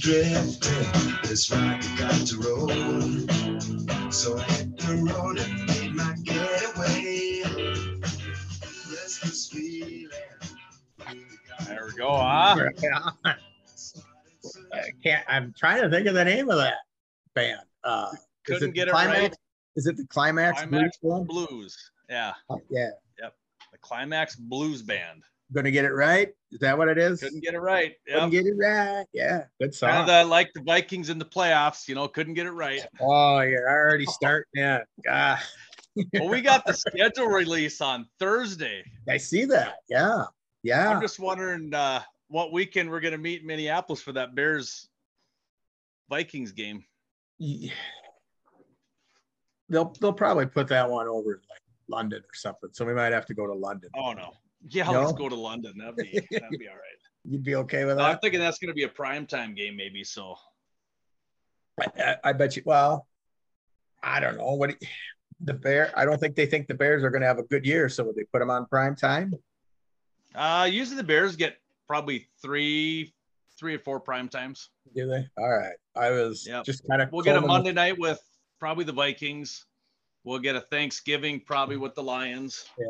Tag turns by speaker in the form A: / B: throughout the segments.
A: drifting. This rock got to roll. So I hit the road and made my getaway. Restless feeling.
B: There we go. Ah,
C: Yeah. I can't, I'm trying to think of the name of that band. Uh, is
B: Couldn't
C: the
B: get it
C: climax?
B: right.
C: Is it the Climax?
B: Climax
C: Blues Band?
B: blues. Yeah,
C: Uh, Yeah.
B: the Climax Blues Band.
C: Gonna get it right? Is that what it is?
B: Couldn't get it right.
C: Couldn't
B: Yep.
C: get it right. Yeah. Good song.
B: Kind of like the Vikings in the playoffs, you know, couldn't get it right.
C: Oh, you're already starting. Yeah. God,
B: Well, we got the schedule release on Thursday.
C: I see that. Yeah. Yeah.
B: I'm just wondering uh, what weekend we're going to meet in Minneapolis for that Bears Vikings game.
C: Yeah. They'll they'll probably put that one over in like London or something. So we might have to go to London.
B: Oh no. Yeah, let's go to London. That'd be that'd be all right.
C: You'd be okay with
B: I'm
C: that?
B: thinking that's going to be a prime time game, maybe. So
C: I, I- I bet you. Well, I don't know what it- the bear. I don't think they think the Bears are going to have a good year. So would they put them on prime time?
B: uh, usually the Bears get probably three, three or four prime times.
C: Do they? All right. I was
B: Yep.
C: just kind of.
B: We'll get a Monday night with probably the Vikings. We'll get a Thanksgiving probably with the Lions.
C: Yeah.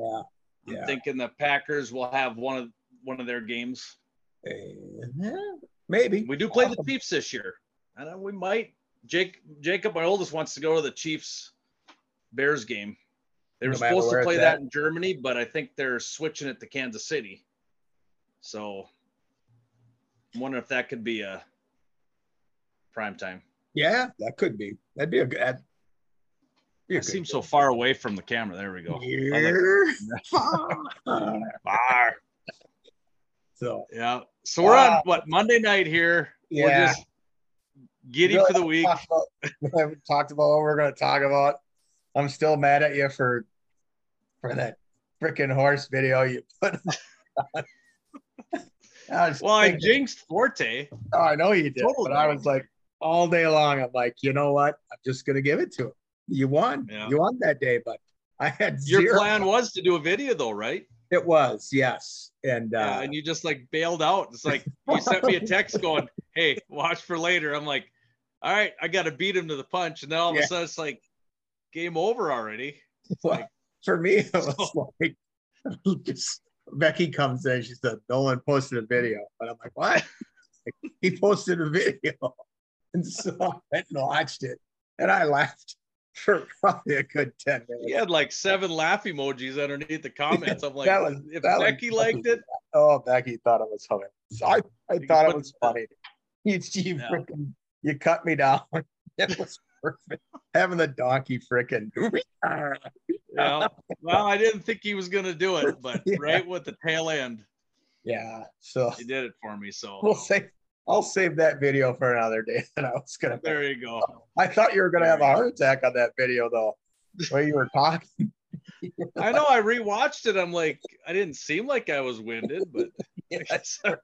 B: I'm
C: Yeah.
B: thinking the Packers will have one of one of their games.
C: Eh, maybe.
B: We do play the Chiefs this year. I know we might. Jake Jacob, my oldest, wants to go to the Chiefs Bears game. They were
C: No matter
B: supposed
C: where
B: to play
C: it's
B: that
C: at.
B: in Germany, but I think they're switching it to Kansas City. So I'm wondering if that could be a prime time.
C: Yeah, that could be. That'd be a good. that'd be a
B: It
C: good
B: seems so far away from the camera. There we go. I like-
C: Year far.
B: Far.
C: So
B: Yeah. So we're on what Monday night here. We're
C: Yeah.
B: just giddy
C: Really
B: for the week.
C: talked about- we haven't talked about what we're going to talk about. I'm still mad at you for for that freaking horse video you put. on. I was
B: Well, I
C: thinking-
B: jinxed Forte.
C: oh, I know you did,
B: Totally.
C: but I was like all day long. I'm like, you know what? I'm just going to give it to him. You won.
B: Yeah.
C: You won that day, but I had
B: Your
C: zero.
B: plan was to do a video though, right?
C: It was yes, and uh,
B: Yeah, and you just like bailed out. It's like you sent me a text going, "Hey, watch for later." I'm like, "All right, I got to beat him to the punch." And then all of
C: Yeah.
B: a sudden, it's like game over already.
C: Well,
B: Like-
C: for me, it was like just- Becky comes in. She said Nolan posted a video, and I'm like, what? Like, he posted a video, and so I went and watched it, and I laughed for probably a good ten minutes.
B: He had like seven laugh emojis underneath the comments. I'm like,
C: That was-
B: if
C: that was-
B: Becky liked it,
C: Oh, Becky thought it was hilarious. I, I
B: You
C: thought
B: put-
C: it was funny. You, you
B: Yeah.
C: frickin- you cut me down. It was perfect. Having the donkey freaking.
B: yeah. Well, I didn't think he was gonna do it, but
C: Yeah.
B: right with the tail end,
C: Yeah. So
B: he did it for me. So
C: we'll save I'll save that video for another day. And I was gonna
B: there you go.
C: I thought you were gonna have a heart attack on that video though. The way you were talking.
B: I know I rewatched it. I'm like, I didn't seem like I was winded, but I guess I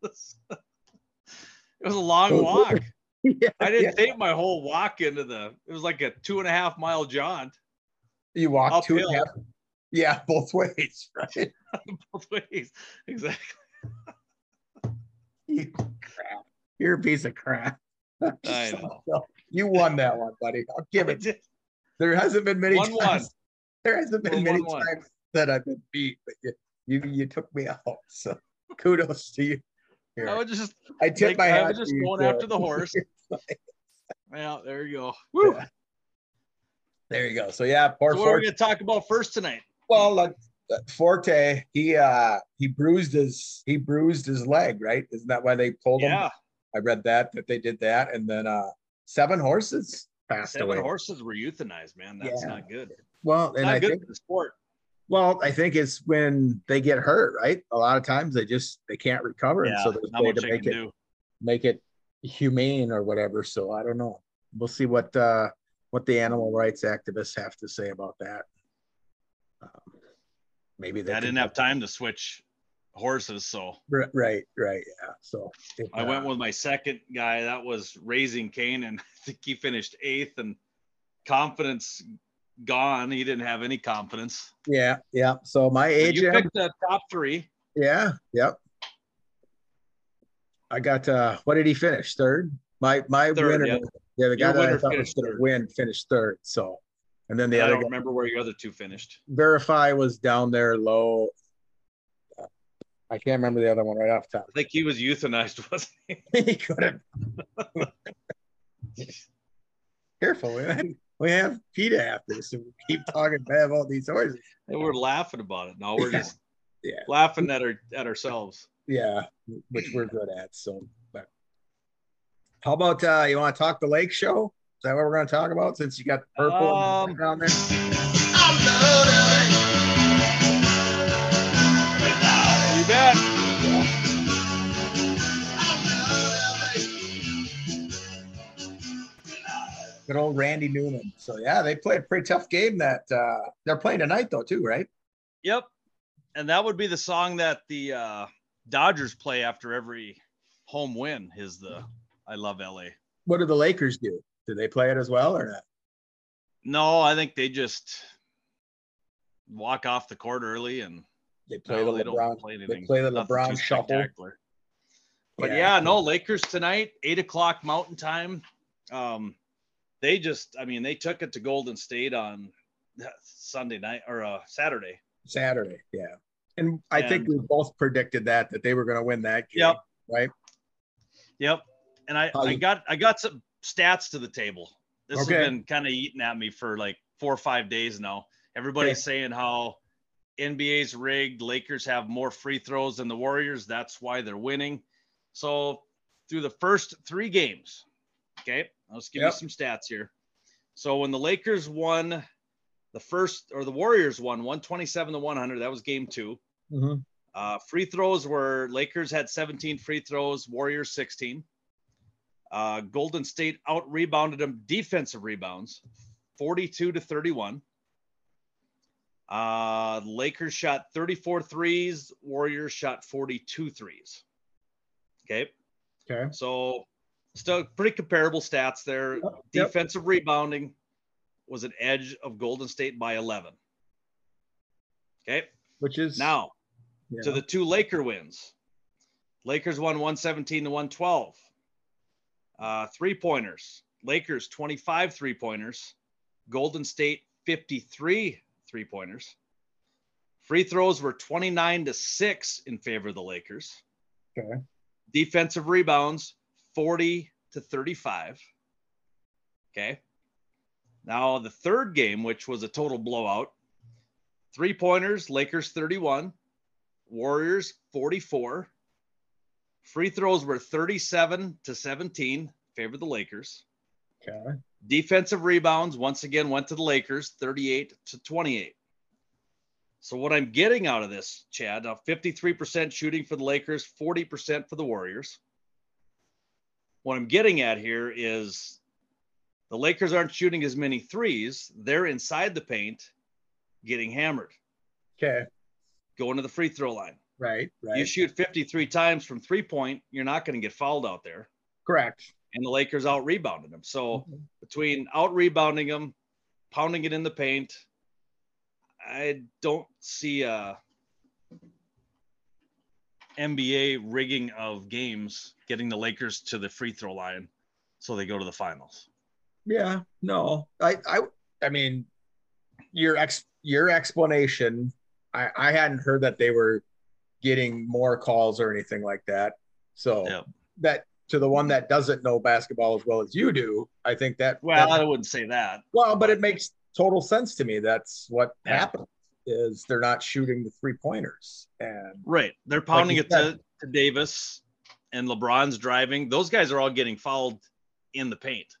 B: was. it was a long walk.
C: Yeah,
B: I didn't take my whole walk into the. It was like a two and a half mile jaunt
C: You walked two and a
B: Uphill.
C: half. Yeah, both ways, right?
B: both ways. Exactly.
C: You crap. You're a piece of crap.
B: I know.
C: So, you won that one, buddy. I'll give
B: I
C: it.
B: did-
C: There hasn't been many
B: One, one.
C: times. There hasn't been
B: We're
C: many
B: one, one.
C: times that I've been beat, but you, you you took me out. So kudos to you. Here.
B: I was just.
C: I tip
B: like,
C: my hat.
B: I was
C: to
B: just
C: you,
B: going
C: Joe.
B: after the horse. Yeah, there you go. Woo.
C: Yeah. There you go. So yeah, poor
B: So what are we gonna
C: Forte.
B: talk about first tonight?
C: Well, like, uh, Forte, he uh he bruised his he bruised his leg, right? Isn't that why they pulled him?
B: Yeah,
C: I read that that they did that, and then uh seven horses passed
B: seven
C: away.
B: horses were euthanized, man. That's
C: Yeah.
B: not good.
C: Well, and
B: not
C: I
B: good
C: think
B: for the sport.
C: well, I think it's when they get hurt, right? A lot of times they just they can't recover, and
B: Yeah,
C: so there's
B: not
C: a way
B: much
C: to
B: I can
C: make it
B: do.
C: make it humane or whatever. So I don't know. We'll see what uh what the animal rights activists have to say about that. Um, maybe they
B: I didn't
C: can-
B: have time to switch horses, so
C: Ri- Right, right, yeah. So if,
B: I
C: uh,
B: went with my second guy. That was Raising Cain, and I think he finished eighth. And confidence gone. He didn't have any confidence.
C: Yeah, yeah. So my
B: But
C: age,
B: you picked the top three.
C: yeah, yep. I got uh what did he finish? Third? My my
B: Third,
C: winner.
B: yeah.
C: Yeah, the
B: Your
C: guy that I
B: winner
C: thought was
B: finished
C: gonna
B: third.
C: win finished third. So and then the
B: I
C: other
B: don't
C: guy,
B: remember where your other two finished.
C: verify was down there low. I can't remember the other one right off the top.
B: I think he was euthanized, wasn't he?
C: he could have. Careful, we have, we have PETA after this, and we keep talking bad about these horses.
B: And we're laughing about it. No, we're
C: Yeah.
B: just
C: Yeah.
B: laughing at our at ourselves.
C: Yeah, which we're good at. So, but how about uh, you want to talk the lake show? Is that what we're going to talk about? Since you got purple
B: Um,
C: down there,
B: You bet.
C: good old Randy Newman. So yeah, they played a pretty tough game. That uh, they're playing tonight though, too, right?
B: Yep. And that would be the song that the uh, Dodgers play after every home win is the I Love LA.
C: What do the Lakers do? Do they play it as well or not?
B: No, I think they just walk off the court early and
C: They play
B: no,
C: the
B: they
C: LeBron.
B: don't play
C: They
B: anything.
C: play the
B: nothing too
C: LeBron shuffle.
B: spectacular. But yeah. no, Lakers tonight, eight o'clock Mountain Time. Um, they just, I mean, they took it to Golden State on Sunday night or uh, Saturday.
C: Saturday. Yeah. And I think
B: And-
C: we both predicted that that they were going to win that game.
B: Yep.
C: Right.
B: Yep. And I,
C: How
B: I
C: you-
B: got I got some stats to the table. This
C: Okay.
B: has been kind of eating at me for like four or five days now. Everybody's
C: Okay.
B: saying how NBA's rigged, Lakers have more free throws than the Warriors. That's why they're winning. So through the first three games, okay, I'll just give
C: Yep.
B: you some stats here. So when the Lakers won the first or the Warriors won 127 to 100, that was game two.
C: Mhm.
B: Uh, free throws were Lakers had 17 free throws, Warriors 16. Uh, Golden State out rebounded them defensive rebounds 42 to 31. Uh, Lakers shot 34 threes, Warriors shot 42 threes. Okay.
C: Okay.
B: So still pretty comparable stats there.
C: Yep.
B: Defensive rebounding was an edge of Golden State by 11. Okay.
C: Which is
B: Now,
C: yeah.
B: to the two Laker wins. Lakers won 117 to 112. Uh, three pointers. Lakers 25 three pointers. Golden State 53 three pointers. Free throws were 29 to 6 in favor of the Lakers.
C: Okay.
B: Defensive rebounds 40 to 35. Okay. Now, the third game, which was a total blowout, three pointers, Lakers 31, Warriors 44. Free throws were 37 to 17, favor the Lakers.
C: Okay.
B: Defensive rebounds once again went to the Lakers, 38 to 28. So what I'm getting out of this, Chad, now 53% shooting for the Lakers, 40% for the Warriors. What I'm getting at here is the Lakers aren't shooting as many threes. They're inside the paint getting hammered,
C: Okay.
B: going to the free throw line.
C: Right. Right.
B: You shoot 53 times from three point, you're not going to get fouled out there.
C: Correct.
B: And the Lakers out rebounded them. So
C: Mm-hmm.
B: between out rebounding them, pounding it in the paint, I don't see a NBA rigging of games getting the Lakers to the free throw line so they go to the finals.
C: Yeah. No. I. I. I mean, your ex. Your explanation. I. I hadn't heard that they were getting more calls or anything like that. So
B: Yep.
C: that to the one that doesn't know basketball as well as you do, I think that.
B: Well,
C: that-
B: I wouldn't say that.
C: well, but it makes total sense to me. That's what
B: Yeah.
C: happened. Is they're not shooting the three pointers and
B: Right. They're pounding
C: you
B: it to, to Davis and LeBron's driving. Those guys are all getting fouled in the paint.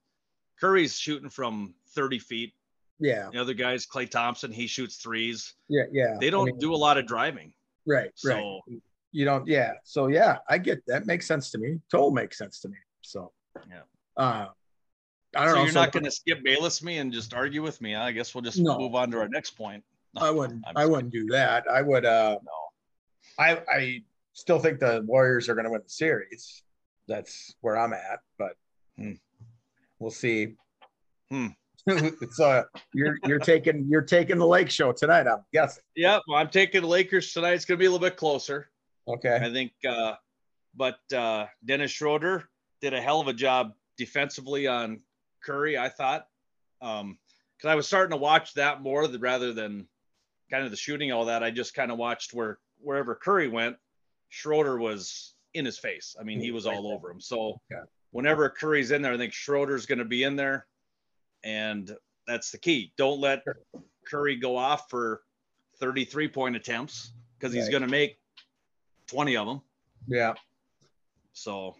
B: Curry's shooting from 30 feet.
C: yeah,
B: The other guys, Clay Thompson, he shoots threes.
C: yeah, yeah.
B: They
C: I
B: don't
C: mean,
B: do a lot of driving.
C: right,
B: So
C: right. you don't yeah so yeah i get that makes sense to me total makes sense to me so
B: Yeah.
C: uh i
B: so
C: don't know
B: you're
C: so-
B: not going to skip Bayless me and just argue with me. huh? I guess we'll just
C: No.
B: move on to our next point. No,
C: i wouldn't
B: I'm
C: i
B: just
C: wouldn't do that i would uh
B: kidding.
C: i i still think the warriors are going to win the series that's where i'm at but
B: Hmm.
C: we'll see
B: Hmm.
C: so you're you're taking you're taking the lake show tonight i'm guessing
B: No. Yep. Well, I'm taking the Lakers tonight. It's going to be a little bit closer.
C: okay
B: I think uh, But uh, Dennis Schroeder did a hell of a job defensively on Curry, I thought. Um, because I was starting to watch that more than, rather than kind of the shooting, all that. I just kind of watched where wherever Curry went, Schroeder was in his face. I mean, he was all over him. So
C: Yeah.
B: whenever Curry's in there, I think Schroeder's going to be in there, and that's the key. Don't let Curry go off for 33 point attempts because he's
C: Right.
B: going to make 20 of them.
C: Yeah.
B: So,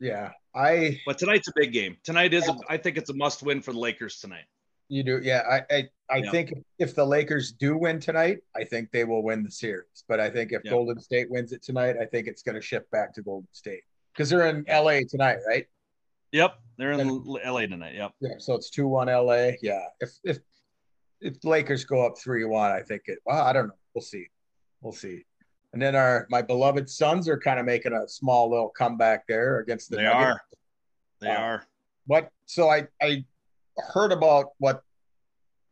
C: Yeah. I
B: but tonight's a big game. Tonight is, a, I think it's a must win for the Lakers tonight.
C: you do yeah, I I, I
B: Yeah.
C: think if the Lakers do win tonight, I think they will win the series. But I think if
B: Yeah.
C: Golden State wins it tonight, I think it's gonna shift back to Golden State. Because they're in LA tonight, right?
B: Yep, they're in L- LA tonight. Yep.
C: Yeah. So it's two one LA. Yeah. If if if the Lakers go up three one, I think it well, I don't know. We'll see. We'll see. And then our my beloved sons are kind of making a small little comeback there against the
B: They
C: Nuggets.
B: are. They
C: Wow.
B: are.
C: What? So I I heard about what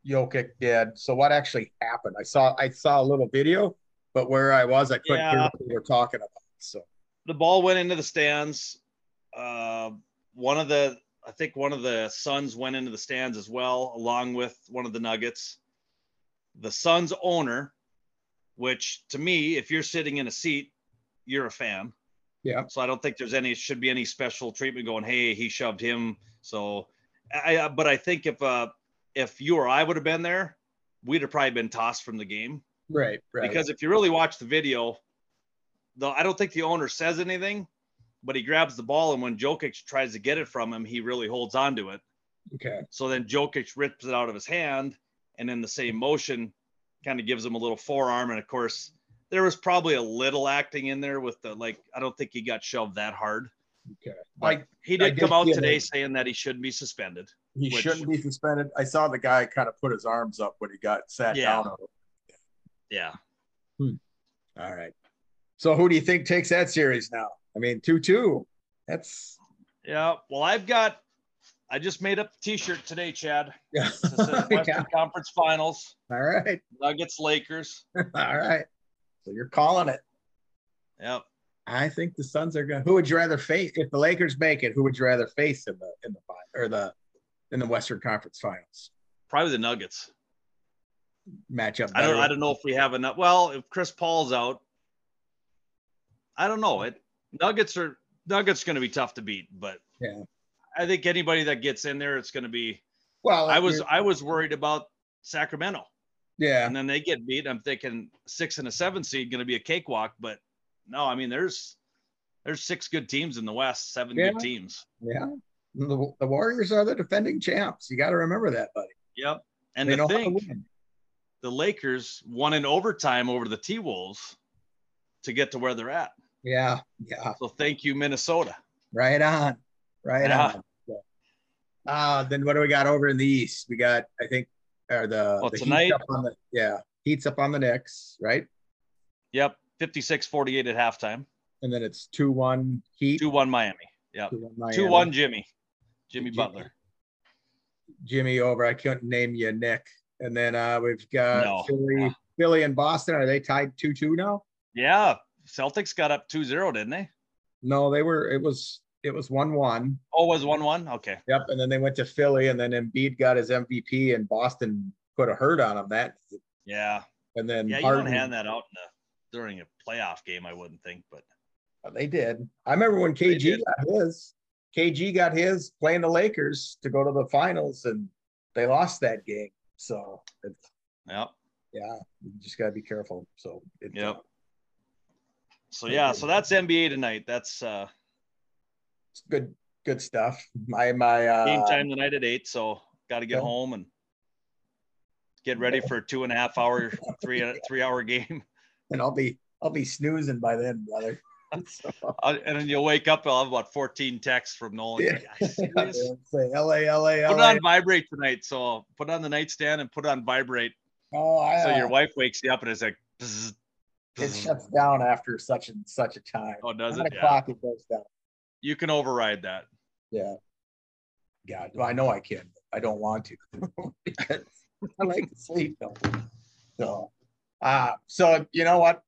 C: Jokic did. So what actually happened? I saw I saw a little video, but where I was, I couldn't hear
B: Yeah.
C: what they were talking about. So
B: the ball went into the stands. Uh, one of the, I think one of the Suns went into the stands as well, along with one of the Nuggets. The Suns owner, which to me, if you're sitting in a seat, you're a fan.
C: Yeah.
B: So I don't think there's any should be any special treatment going. Hey, he shoved him. So, I, I but I think if uh if you or I would have been there, we'd have probably been tossed from the game
C: right, right,
B: because if you really watch the video, though I don't think the owner says anything, but he grabs the ball and when Jokic tries to get it from him, he really holds onto it.
C: okay,
B: So then Jokic rips it out of his hand and in the same motion kind of gives him a little forearm. And of course, there was probably a little acting in there with the like I don't think he got shoved that hard.
C: okay.
B: But
C: Like
B: he
C: I
B: did,
C: did
B: come out
C: see it.
B: today saying that he should be suspended.
C: he
B: which-
C: shouldn't be suspended. I saw the guy kind of put his arms up when he got sat
B: Yeah.
C: down.
B: Yeah.
C: All right. So who do you think takes that series now? I mean, two two. That's
B: Yeah. Well, I've got I just made up the t-shirt today, Chad.
C: yeah.
B: It says Western
C: Yeah.
B: Conference Finals.
C: All right.
B: Nuggets, Lakers.
C: All right. So you're calling it.
B: Yep.
C: I think the Suns are going. to Who would you rather face if the Lakers make it? Who would you rather face in the in the final or the in the Western Conference Finals
B: Probably the Nuggets.
C: matchup?
B: I don't.
C: better?
B: I don't know if we have enough. Well, if Chris Paul's out, I don't know. It Nuggets are Nuggets going to be tough to beat, but
C: Yeah.
B: I think anybody that gets in there, it's going to be.
C: Well,
B: I was
C: you're-
B: I was worried about Sacramento,
C: Yeah,
B: and then they get beat. I'm thinking six and a seven seed going to be a cakewalk, but no. I mean, there's there's six good teams in the West, seven
C: Yeah.
B: good teams.
C: yeah. The, the Warriors are the defending champs. You got to remember that, buddy.
B: Yep. And
C: they
B: the
C: know how
B: thing
C: to win.
B: the Lakers won in overtime over the T Wolves to get to where they're at.
C: Yeah, yeah.
B: So thank you, Minnesota.
C: Right on, right
B: Yeah.
C: on. Yeah. Uh, then what do we got over in the East? We got, I think, or the,
B: Well,
C: the Heat's
B: tonight-
C: up on the yeah, Heat's up on the Knicks, right?
B: Yep. 56 48 at halftime.
C: And then it's two one Heat,
B: 2 1 Miami. Yep.
C: 2-1
B: 2
C: Miami.
B: 1 Jimmy. Jimmy Butler.
C: Jimmy over. I couldn't name you Nick. And then uh, we've got
B: No.
C: Philly, Philly and Boston. Are they tied two two now?
B: Yeah. Celtics got up 2 0, didn't they?
C: No, they were. It was it was one one.
B: Oh, it was 1 1? Okay.
C: Yep. And then they went to Philly, and then Embiid got his MVP, and Boston put a hurt on him that.
B: Yeah.
C: And then
B: Yeah. You
C: Harden,
B: don't hand that out in a, during a playoff game, I wouldn't think, but
C: uh, they did. I remember when KG
B: did.
C: got his. KG got his playing the Lakers to go to the finals, and they lost that game. So it's,
B: yep.
C: yeah, you just gotta be careful. So it's,
B: Yep. So, yeah. So that's NBA tonight. That's uh,
C: it's good good stuff. My my uh,
B: game time tonight at eight. So got to get
C: yeah.
B: home and get ready for a two and a half hour, three three hour game.
C: and I'll be I'll be snoozing by then, brother. So,
B: Uh, and then you'll wake up. I'll have about fourteen texts from Nolan.
C: Yeah.
B: Like, "Are you
C: yeah, man,
B: serious?"
C: say LA, LA,
B: Put it
C: LA.
B: on vibrate tonight. So put it on the nightstand and put it on vibrate.
C: Oh, I,
B: So your
C: uh,
B: wife wakes you up and it's like, "Bzz,
C: it
B: bzz."
C: shuts down after such and such a time.
B: oh, does
C: Nine
B: it? Yeah.
C: o'clock it goes down.
B: You can override that.
C: Yeah. God, well, I know I can. But I don't want to. I like to sleep though. So, uh, so you know what?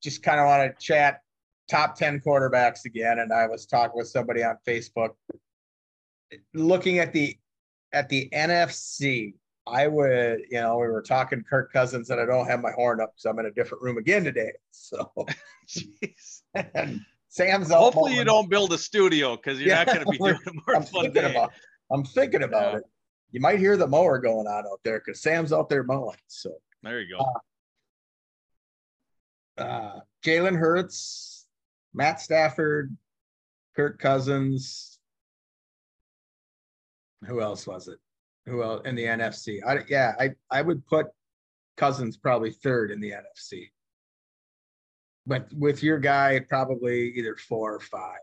C: Just kind of want to chat top 10 quarterbacks again. And I was talking with somebody on Facebook. Looking at the at the NFC, I would, you know, we were talking Kirk Cousins, and I don't have my horn up because I'm in a different room again today. So
B: Jeez.
C: and Sam's out
B: Hopefully you
C: mowing.
B: don't build a studio because you're not
C: Yeah,
B: going to be doing
C: we're-
B: it more
C: I'm
B: than one
C: thinking
B: day.
C: about. I'm thinking about
B: Yeah.
C: it. You might hear the mower going on out there because Sam's out there mowing. So
B: There you go.
C: uh,
B: Ah.
C: Jalen Hurts, Matt Stafford, Kirk Cousins. Who else was it? Who else in the NFC? I, yeah, I, I would put Cousins probably third in the NFC. But with your guy, probably either four or five.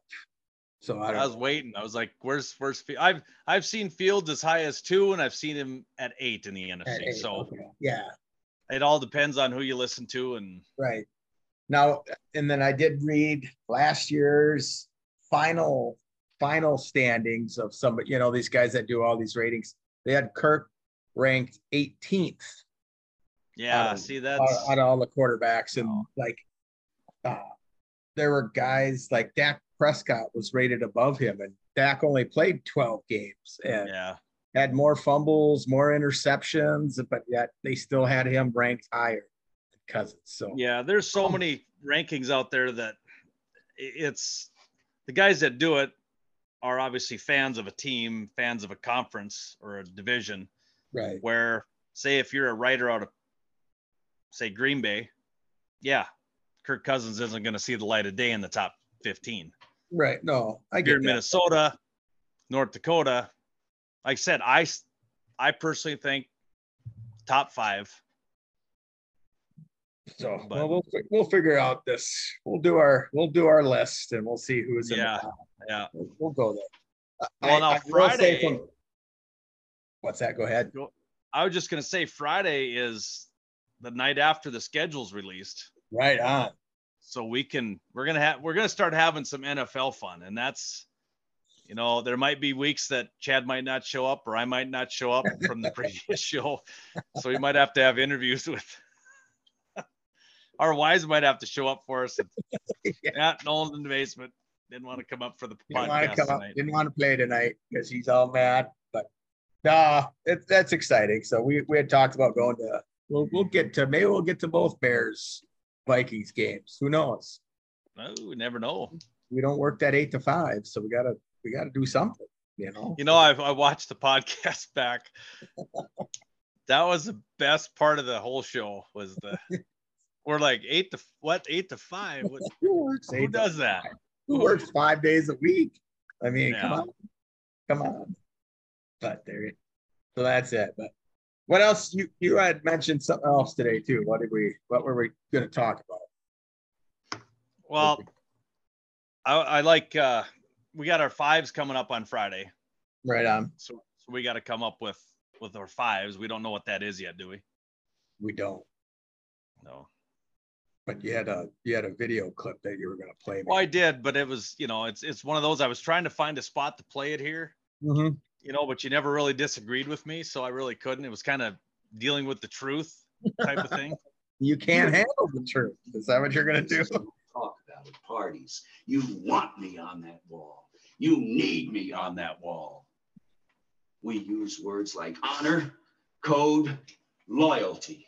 C: So I
B: I,
C: don't
B: was waiting. I was like, "Where's where's Fields?" I've I've seen Fields as high as two, and I've seen him at eight in the
C: at
B: NFC.
C: eight,
B: so
C: okay. yeah,
B: it all depends on who you listen to, and
C: Right. Now, and then I did read last year's final final standings of some, you know, these guys that do all these ratings. They had Kirk ranked 18th
B: yeah.
C: Um,
B: see,
C: out,
B: that's
C: out of all the quarterbacks, and
B: Wow.
C: like, uh, there were guys like Dak Prescott was rated above him, and Dak only played 12 games and
B: yeah.
C: had more fumbles, more interceptions, but yet they still had him ranked higher than Cousins. So
B: Yeah, there's
C: Um,
B: so many rankings out there that i- it's the guys that do it are obviously fans of a team, fans of a conference or a division.
C: right,
B: Where, say, if you're a writer out of, say, Green Bay, yeah, Kirk Cousins isn't going to see the light of day in the top 15.
C: right. No, I
B: If you're
C: get
B: in
C: that.
B: Minnesota, North Dakota, like I said, I, s- I personally think top five.
C: So
B: But-
C: well, we'll fi- we'll figure out this. We'll do our we'll do our list and we'll see who's in. the
B: Yeah,
C: top.
B: yeah.
C: We'll, we'll go there. Uh,
B: Well, now
C: will say
B: Friday-
C: from- what's that? Go ahead.
B: I was just gonna say Friday is the night after the schedule's released,
C: Right on.
B: so we can we're gonna have we're gonna start having some NFL fun, and that's you know there might be weeks that Chad might not show up or I might not show up from the previous show, so we might have to have interviews with our wives might have to show up for us.
C: Yeah.
B: Matt Nolan's in the basement didn't want to come up for the
C: Didn't want to
B: podcast
C: come up.
B: tonight.
C: Didn't want to play tonight because he's all mad. But nah, it, that's exciting. So we we had talked about going to. We'll we'll get to maybe we'll get to both Bears Vikings games. Who knows?
B: No, Oh, we never know.
C: We don't work that eight to five, so we gotta we gotta do something. You know.
B: You know, I, I watched the podcast back. That was the best part of the whole show. Was the we're like eight to what eight to five? What,
C: Who works
B: who
C: eight to
B: does that?
C: who works five days a week. I mean, come
B: Yeah.
C: on, come on. But there, so that's it. But what else? You you had mentioned something else today too. What did we? What were we going to talk about?
B: Well, I, I like uh, we got our fives coming up on Friday,
C: Right on.
B: so so we got to come up with with our fives. We don't know what that is yet, do we?
C: We don't.
B: No.
C: But you had a you had a video clip that you were going to play.
B: Well, I did, but it was you know it's it's one of those. I was trying to find a spot to play it here,
C: Mhm.
B: you know, but you never really disagreed with me, so I really couldn't. It was kind of dealing with the truth type of thing.
C: You can't handle the truth. Is that what you're going to do?
A: Talk about at parties. You want me on that wall. You need me on that wall. We use words like honor, code, loyalty.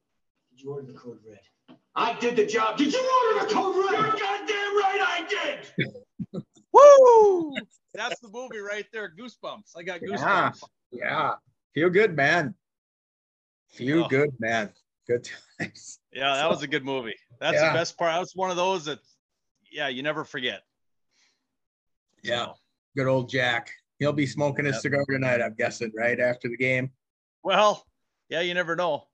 A: Did you order the code red? I did the job. Did you order the code red? You're goddamn right I did.
B: Woo! That's the movie right there. Goosebumps. I got
C: Yeah.
B: goosebumps.
C: Yeah. Feel good, man. Feel
B: Oh.
C: good, man. Good times.
B: Yeah, that was a good movie. That's
C: Yeah.
B: the best part. That's one of those that, yeah, you never forget.
C: Yeah.
B: So,
C: good old Jack. He'll be smoking his
B: Yep.
C: cigar tonight, I'm guessing, right after the game.
B: well, yeah, you never know.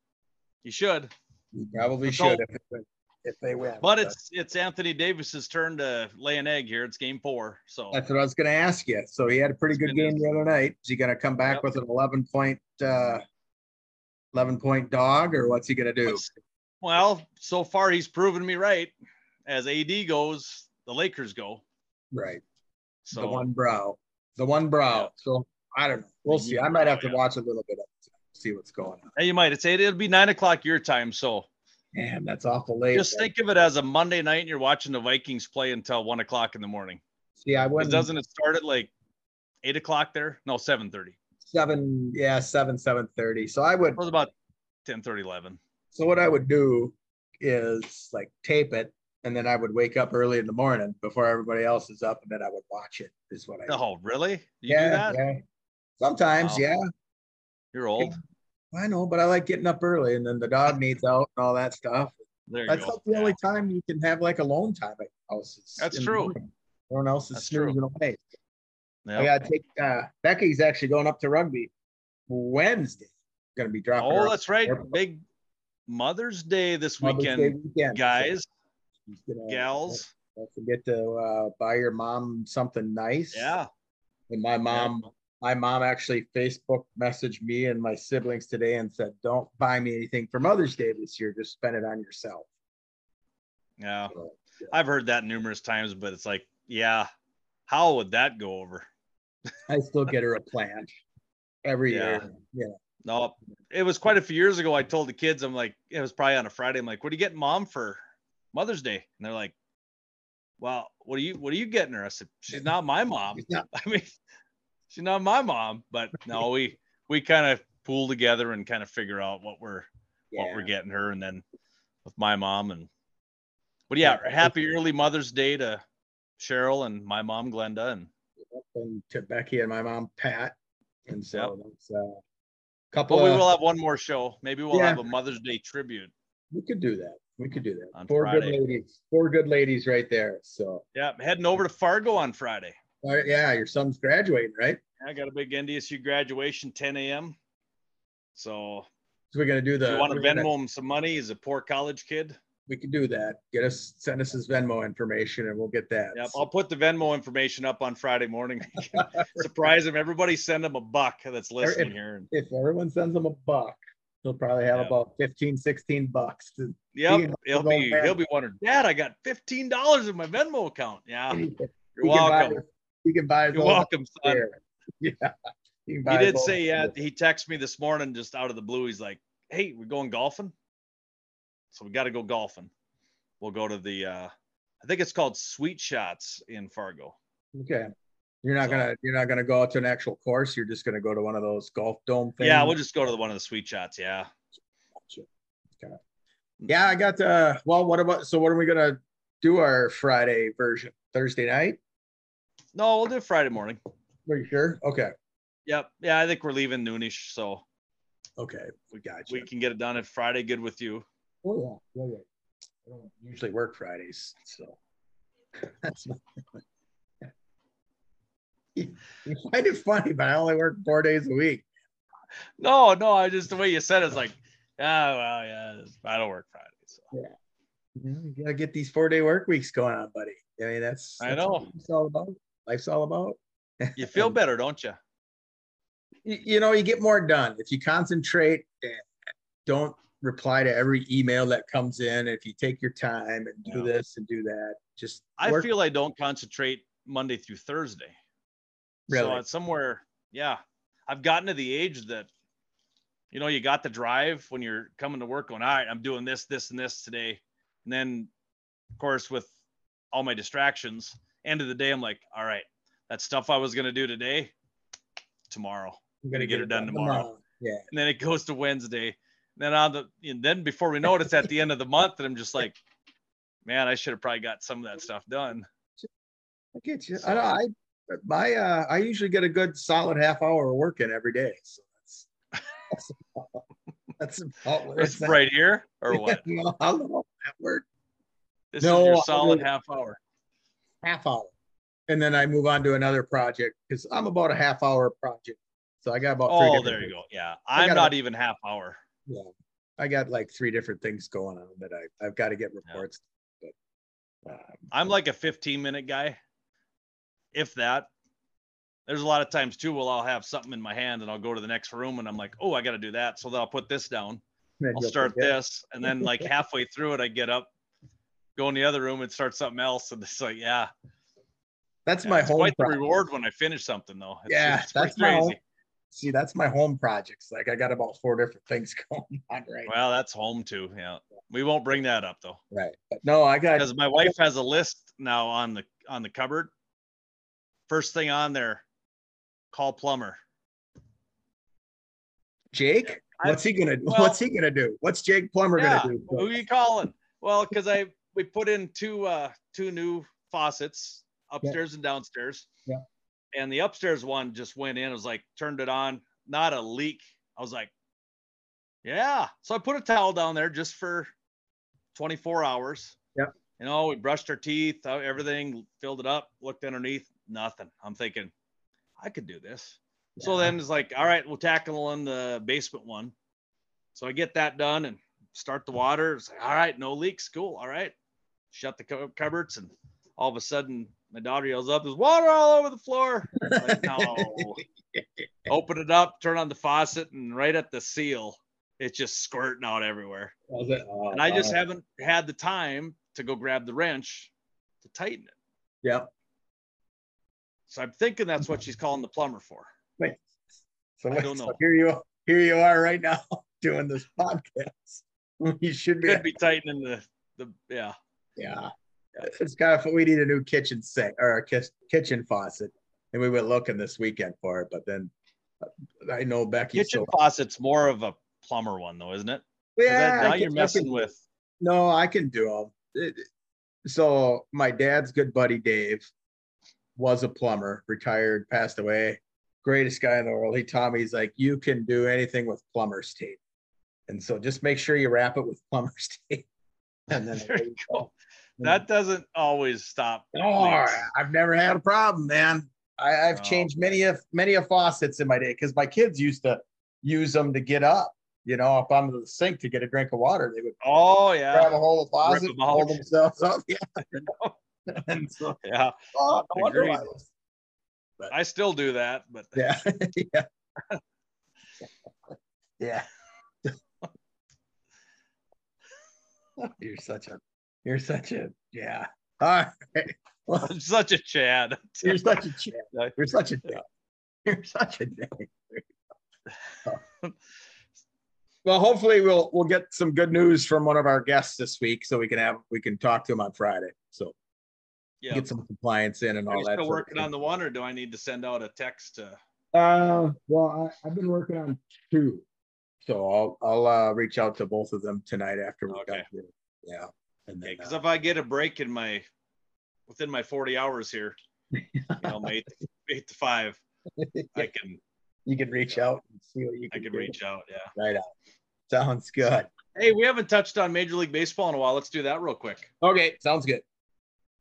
B: You should.
C: He probably
B: So-
C: should. If it, if they win.
B: But it's it's Anthony Davis's turn to lay an egg here. It's game four. So
C: That's what I was going to ask you. So he had a pretty good game the other night. Is he going to come back
B: Yep.
C: with an 11 point, uh, 11 point dog, or what's he going to do?
B: well, so far he's proven me right. As AD goes, the Lakers go.
C: Right.
B: So
C: The one brow, the one brow.
B: Yeah.
C: So I don't know. We'll
B: The
C: see.
B: one
C: I might
B: brow,
C: have to
B: yeah.
C: watch a little bit of it, see what's going on.
B: Hey, you might. It's eight. It'll be nine o'clock your time. So
C: Man, that's awful late.
B: just think of it as a Monday night, and you're watching the Vikings play until one o'clock in the morning.
C: see, I
B: 'Cause
C: wouldn't.
B: Doesn't it start at like eight o'clock there? No, seven thirty.
C: seven yeah seven seven thirty so i would
B: It was about 10, 11.
C: so what i would do is like tape it and then i would wake up early in the morning before everybody else is up and then i would watch it is what i
B: Oh, really? You
C: yeah,
B: do that?
C: yeah sometimes
B: Wow.
C: yeah
B: You're old.
C: i know but i like getting up early and then the dog needs out and all that stuff
B: There you
C: that's
B: go.
C: like the
B: Yeah.
C: only time you can have like alone time at your house is
B: That's
C: in the
B: true.
C: morning. everyone else is
B: That's true.
C: snoozing away
B: Yeah.
C: i gotta take uh becky's actually going up to rugby wednesday gonna be dropping her
B: Oh,
C: off
B: that's right.
C: Airport.
B: Big Mother's Day this
C: Mother's Day
B: weekend,
C: weekend. So
B: guys,
C: she's gonna-
B: gals.
C: Don't forget to uh, buy your mom something nice.
B: Yeah.
C: And my mom, my mom actually Facebook messaged me and my siblings today and said, "Don't buy me anything for Mother's Day this year. Just spend it on yourself."
B: Yeah.
C: So,
B: I've heard that numerous times, but it's like, yeah, how would that go over?
C: I still get her a plant every
B: Yeah.
C: year. Yeah.
B: No, it was quite a few years ago. I told the kids, I'm like, it was probably on a Friday. I'm like, what are you getting mom for Mother's Day? And they're like, well, what are you, what are you getting her? I said, she's not my mom.
C: It's not-
B: I mean, she's not my mom, but no, we, we kind of pool together and kind of figure out what we're, what we're
C: yeah.
B: getting her and then with my mom and but yeah
C: Yeah.
B: happy early mother's day to cheryl and my mom glenda and
C: And to Becky and my mom Pat, and so that's a couple.
B: but we
C: of-
B: will have one more show maybe we'll
C: Uh, Yeah.
B: have a mother's day tribute
C: we could do that. We could do that.
B: On
C: four
B: Friday.
C: good ladies. Four good ladies right there. So
B: yeah I'm heading over to fargo on friday
C: all right, yeah, your son's graduating, right?
B: i got a big ndsu graduation 10 a.m so
C: So we're gonna do
B: if
C: the.
B: you want to
C: we're gonna-
B: venmo him some money he's a poor college kid
C: we can do that. Get us, send us his Venmo information and we'll get that.
B: yep i'll put the venmo information up on friday morning surprise him everybody send him a buck that's listening here and
C: If everyone sends him a buck, he'll probably have
B: Yeah.
C: about 15, 16 bucks. to-
B: Yep,
C: can-
B: he'll
C: go
B: be
C: back.
B: he'll be wondering, Dad, I got fifteen dollars in my Venmo account. Yeah,
C: he
B: Ah, you're
C: can buy-
B: welcome.
C: He can buy his
B: You're
C: own
B: welcome, son.
C: beer. Yeah. He,
B: He
C: can buy his
B: did
C: own
B: say, yeah,
C: beer.
B: he texted me this morning just out of the blue. He's like, Hey, we're going golfing. So we gotta go golfing. We'll go to the uh I think it's called Sweet Shots in Fargo.
C: Okay. You're not
B: So-
C: gonna, you're not gonna go out to an actual course. You're just gonna go to one of those golf dome things.
B: Yeah, we'll just go to the one of the sweet shots. Yeah. Mm.
C: yeah. I got the. Well, what about? So what are we gonna do our Friday version? Thursday night?
B: No, we'll do it Friday morning.
C: Are you sure? Okay.
B: Yep. Yeah, I think we're leaving noonish, so
C: Okay. We got
B: we can get it done at Friday. Good with you.
C: Oh yeah, yeah, yeah. I don't usually work Fridays, so that's not. you you find it funny, but I only work four days a week.
B: No, no, I just the way you said it's like, ah, well, yeah, I don't work Friday. So.
C: You, know, you gotta get these four day work weeks going on, buddy. I mean, that's,
B: I
C: that's what
B: know.
C: life's all about. Life's all about.
B: You feel
C: And-
B: better, don't you?
C: You, you know, you get more done if you concentrate and don't reply to every email that comes in. If you take your time and do
B: Yeah.
C: this and do that, just
B: I
C: work.
B: feel I don't concentrate Monday through Thursday. So
C: Really?
B: it's somewhere, yeah. I've gotten to the age that, you know, you got the drive when you're coming to work going, all right, I'm doing this, this, and this today. And then, of course, with all my distractions, end of the day, I'm like, all right, that stuff I was going to do today, tomorrow.
C: I'm
B: gonna get it done tomorrow.
C: Yeah.
B: and then it goes to Wednesday. And then on the and then before we know it, it's at the end of the month, and I'm just like, man, I should have probably got some of that stuff done.
C: I get you.
B: So-
C: I know. I my uh, I usually get a good solid half hour of work in every day. So that's that's about, that's about where
B: It's
C: it's at.
B: right here or what?
C: No, I don't know that word.
B: This
C: No,
B: is
C: I
B: your
C: mean-
B: solid half hour.
C: Half hour, and then I move on to another project because I'm about a half hour project. So I got about. three
B: Oh,
C: different
B: there you
C: things.
B: go. Yeah,
C: I
B: I'm
C: gotta-
B: not even half hour.
C: Yeah. I got like three different things going on that I I've got to get reports. But um,
B: I'm like a 15 minute guy, if that. There's a lot of times too, well, I'll have something in my hand and I'll go to the next room and I'm like, oh, I got to do that. So then I'll put this down.
C: then
B: I'll
C: you'll
B: start
C: forget.
B: this. And then like halfway through it, I get up, go in the other room and start something else. And it's like, yeah,
C: That's
B: yeah,
C: my
B: it's
C: home.
B: quite the
C: project.
B: reward when I finish something though. It's-
C: Yeah,
B: it's pretty
C: that's my home. See, that's my home projects. Like I got about four different things going on right.
B: Well, that's home too. Yeah. We won't bring that up though.
C: now. Right. But no, I got
B: because my wife has a list now on the on the cupboard. First thing on there, call plumber.
C: Jake.
B: I-
C: what's he gonna?
B: well-
C: what's he gonna do? What's Jake Plummer
B: Yeah,
C: gonna do?
B: who you calling? Well, because I we put in two uh two new faucets upstairs and downstairs.
C: Yeah.
B: And the upstairs one just went in. It was like turned it on, not a leak. I was like, yeah. So I put a towel down there just for 24 hours.
C: Yeah.
B: You know, we brushed our teeth, uh, everything, filled it up, looked underneath, nothing. I'm thinking, I could do this. So
C: Yeah.
B: then it's like, all right, we'll tackle on the basement one. So I get that done and start the water. It's like, all right, no leaks, cool. All right, shut the cu- cupboards, and all of a sudden my daughter yells up, "There's water all over the floor!" Like, no. Open it up, turn on the faucet, and right at the seal, it's just squirting out everywhere.
C: Was it- oh,
B: And I just
C: wow.
B: haven't had the time to go grab the wrench to tighten it.
C: Yep.
B: So I'm thinking that's what she's calling the plumber for.
C: So,
B: I
C: wait,
B: don't
C: so
B: know.
C: here you here you are right now doing this podcast. You should be.
B: Could be tightening the the yeah.
C: Yeah. It's kind of we need a new kitchen sink or a kis- kitchen faucet, and we were looking this weekend for it, but then uh, I know Becky.
B: Kitchen faucet's more of a plumber one though, isn't it? 'Cause that-
C: yeah, I
B: now
C: can-
B: you're
C: I
B: messing
C: can-
B: with
C: No, I can do them. It- So my dad's good buddy Dave was a plumber, retired, passed away. Greatest guy in the world. He taught me he's like, you can do anything with plumber's tape. And so just make sure you wrap it with plumber's tape. And then
B: There you go. that doesn't always stop.
C: Oh,
B: leaks.
C: I've never had a problem, man. I, I've
B: Oh.
C: changed many of many of faucets in my day because my kids used to use them to get up. You know, up onto the sink to get a drink of water, they would
B: Oh
C: grab
B: yeah.
C: a hold of the
B: Rip
C: faucet,
B: 'em
C: hold
B: out.
C: themselves up. Yeah. and so,
B: Yeah.
C: oh, no wonder why.
B: Agreed. I still do that, but
C: Yeah, yeah, yeah. you're such a, you're such a, yeah. All right. Well,
B: I'm such a Chad.
C: you're such a champ. You're such a dick. You're such a dick. Well, hopefully we'll we'll get some good news from one of our guests this week, so we can have we can talk to him on Friday. So
B: Yeah.
C: get some compliance in and
B: Are
C: all
B: you
C: that.
B: still
C: sort of
B: working
C: thing.
B: on the one, or do I need to send out a text to?
C: Uh, well, I, I've been working on two, so I'll I'll uh, reach out to both of them tonight after we
B: Okay.
C: got here. Yeah, and then,
B: Because
C: uh,
B: if I get a break in my, within my 40 hours here, you know, my eight, to, eight to five, I can
C: uh, you can reach out and see what you
B: I
C: can,
B: can
C: do.
B: reach out. Yeah.
C: right out. Sounds good.
B: Hey, we haven't touched on Major League Baseball in a while. Let's do that real quick.
C: Okay, sounds good.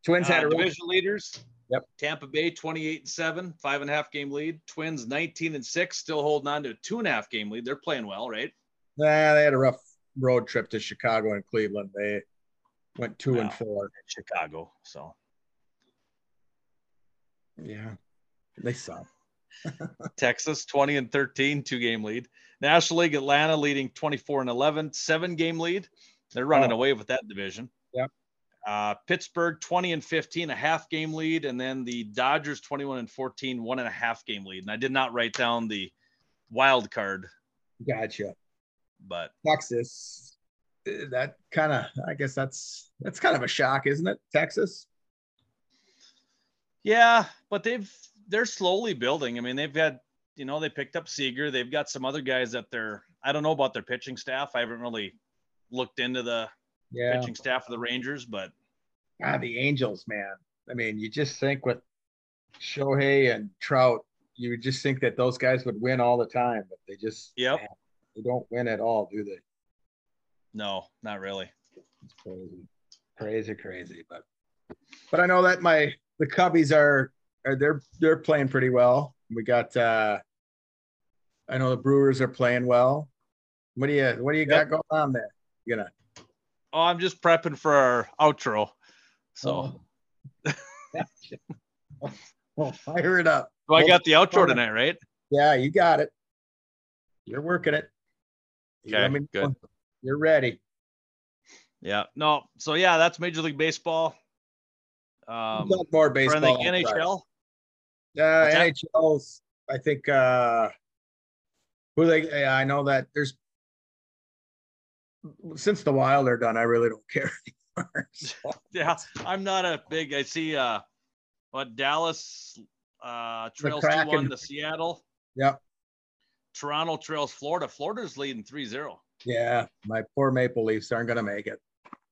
C: Twins had
B: Uh,
C: a rough-
B: division leaders.
C: Yep.
B: Tampa Bay 28 and 7, five and a half game lead. Twins 19 and 6, still holding on to a two and a half game lead. They're playing well, right?
C: nah, they had a rough road trip to Chicago and Cleveland. They went two and
B: Wow.
C: four.
B: Chicago. So
C: Yeah, they suck.
B: Texas 20 and 13, two game lead. National League Atlanta leading 24 and 11, seven game lead. They're running
C: Oh.
B: away with that division.
C: Yep.
B: Uh, Pittsburgh 20 and 15, a half game lead. And then the Dodgers 21 and 14, one and a half game lead. And I did not write down the wild card,
C: Gotcha.
B: but
C: Texas. Uh, That kind of, I guess that's that's kind of a shock, isn't it? Texas.
B: Yeah, but they've they're slowly building. I mean, they've had you know they picked up Seager. They've got some other guys that they're I don't know about their pitching staff. I haven't really looked into the
C: Yeah.
B: pitching staff of the Rangers, but
C: Ah, the Angels, man. I mean, you just think with Shohei and Trout, you would just think that those guys would win all the time, but they just
B: Yep.
C: they don't win at all, do they?
B: no, not really.
C: It's crazy, crazy, crazy. But but I know that my the Cubbies are, are they're they're playing pretty well. We got uh I know the Brewers are playing well. What do you What do you
B: Yep.
C: got going on there? You know.
B: Oh, I'm just prepping for our outro. So,
C: Oh. Well, fire it up.
B: so I
C: Well,
B: got the outro
C: well,
B: tonight, right?
C: Yeah, you got it. You're working it. You
B: Okay,
C: let me know
B: good.
C: when You're ready.
B: Yeah. No. So yeah, that's Major League Baseball. Um,
C: Talk more
B: or
C: baseball.
B: in the NHL.
C: Uh,
B: that?
C: NHL's. I think. uh Who they? yeah, I know that there's. Since the Wild are done, I really don't care anymore. So,
B: Yeah, I'm not a big. I see. Uh, what Dallas uh, trails two
C: Kraken.
B: one to Seattle.
C: Yep.
B: Toronto trails Florida. Florida's leading 3-0.
C: yeah, my poor Maple Leafs aren't going to make it.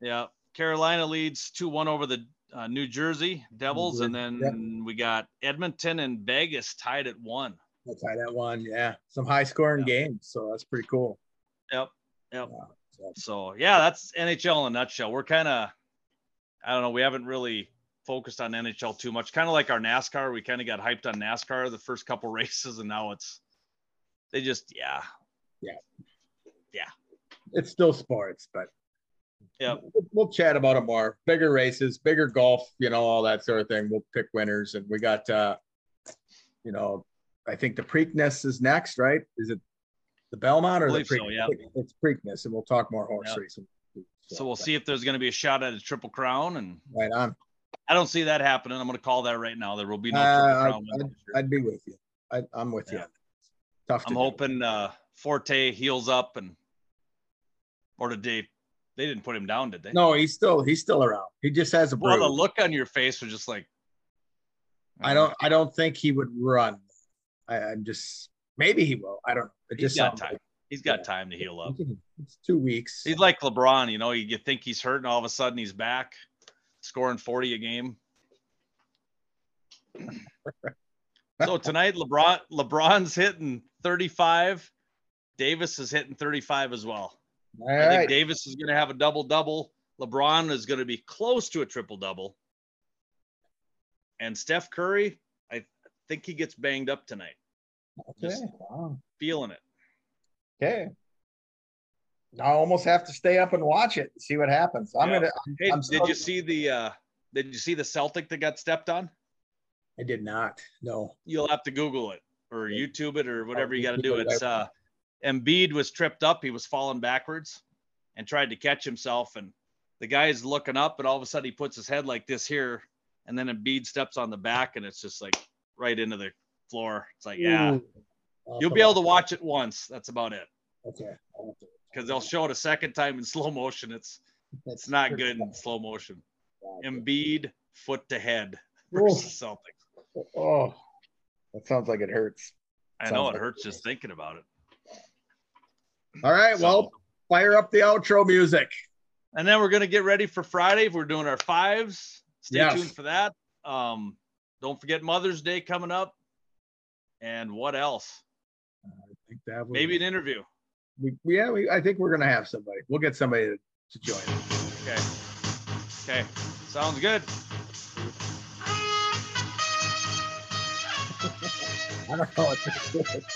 B: Yeah. Carolina leads 2-1 over the uh, New Jersey Devils, and then we got Edmonton and Vegas tied at one.
C: I'll tie that one. Yeah, some high scoring games. So that's pretty cool.
B: Yep, yep.
C: Yeah, so-
B: So yeah, that's NHL in a nutshell. We're kind of, I don't know, we haven't really focused on NHL too much. Kind of like our NASCAR, we kind of got hyped on NASCAR the first couple races, and now it's they just yeah,
C: it's still sports, but
B: Yep.
C: we'll, we'll chat about it more. Bigger races, bigger golf, you know, all that sort of thing. We'll pick winners, and we got, uh, you know, I think the Preakness is next, right? Is it the Belmont or the
B: Believe so,
C: Preakness?
B: yeah.
C: It's Preakness, and we'll talk more horse
B: Yeah.
C: racing.
B: so we'll see if there's going to be a shot at a triple crown, and
C: Right on.
B: I don't see that happening. I'm going to call that right now. There will be no triple
C: Uh,
B: crown. win this year.
C: I'd be with you. I, I'm with you.
B: Yeah.
C: Tough. To
B: I'm
C: do.
B: hoping uh, Forte heals up and or did they they didn't put him down, did they?
C: No, he's still he's still around. He just has a
B: Well,
C: bruise.
B: the look on your face was just like
C: I don't I don't think he would run. I, I'm just maybe he will. I don't. know. It
B: He's
C: just
B: got
C: sounds
B: time.
C: like-
B: He's got
C: Yeah.
B: time to heal up.
C: It's two weeks.
B: He's like LeBron, you know. You you think he's hurt, and all of a sudden he's back, scoring forty a game. so tonight, LeBron LeBron's hitting thirty five. Davis is hitting thirty five as well.
C: All
B: I think
C: right.
B: Davis is going to have a double double. LeBron is going to be close to a triple double. And Steph Curry, I think he gets banged up tonight.
C: Okay. Wow.
B: Feeling it.
C: okay. I almost have to stay up and watch it and see what happens. I'm
B: Yeah.
C: gonna.
B: Hey,
C: I'm
B: did
C: sorry.
B: you see the uh did you see the Celtic that got stepped on?
C: I did not. No.
B: You'll have to Google it or
C: Yeah.
B: YouTube it or whatever you got to
C: YouTube
B: do.
C: it,
B: It's
C: I-
B: uh Embiid was tripped up, he was falling backwards and tried to catch himself and the guy's looking up and all of a sudden he puts his head like this here and then Embiid steps on the back and it's just like right into the floor. It's like, yeah. You'll be able to watch it once. That's about it.
C: Okay.
B: Because they'll show it a second time in slow motion. It's it's not good in slow motion. Embiid foot to head versus Celtics.
C: Oh, that sounds like it hurts.
B: I know
C: Sounds
B: it
C: like-
B: hurts just thinking about it.
C: All right. Well,
B: So-
C: fire up the outro music.
B: and then we're gonna get ready for Friday. We're doing our fives. Stay
C: Yes.
B: tuned for that. Um, don't forget Mother's Day coming up. And what else?
C: I think that was,
B: Maybe an interview.
C: we, yeah. We, I think we're gonna have somebody. We'll get somebody to, to join. us.
B: Okay. Okay. Sounds good.
C: I don't know. What to do.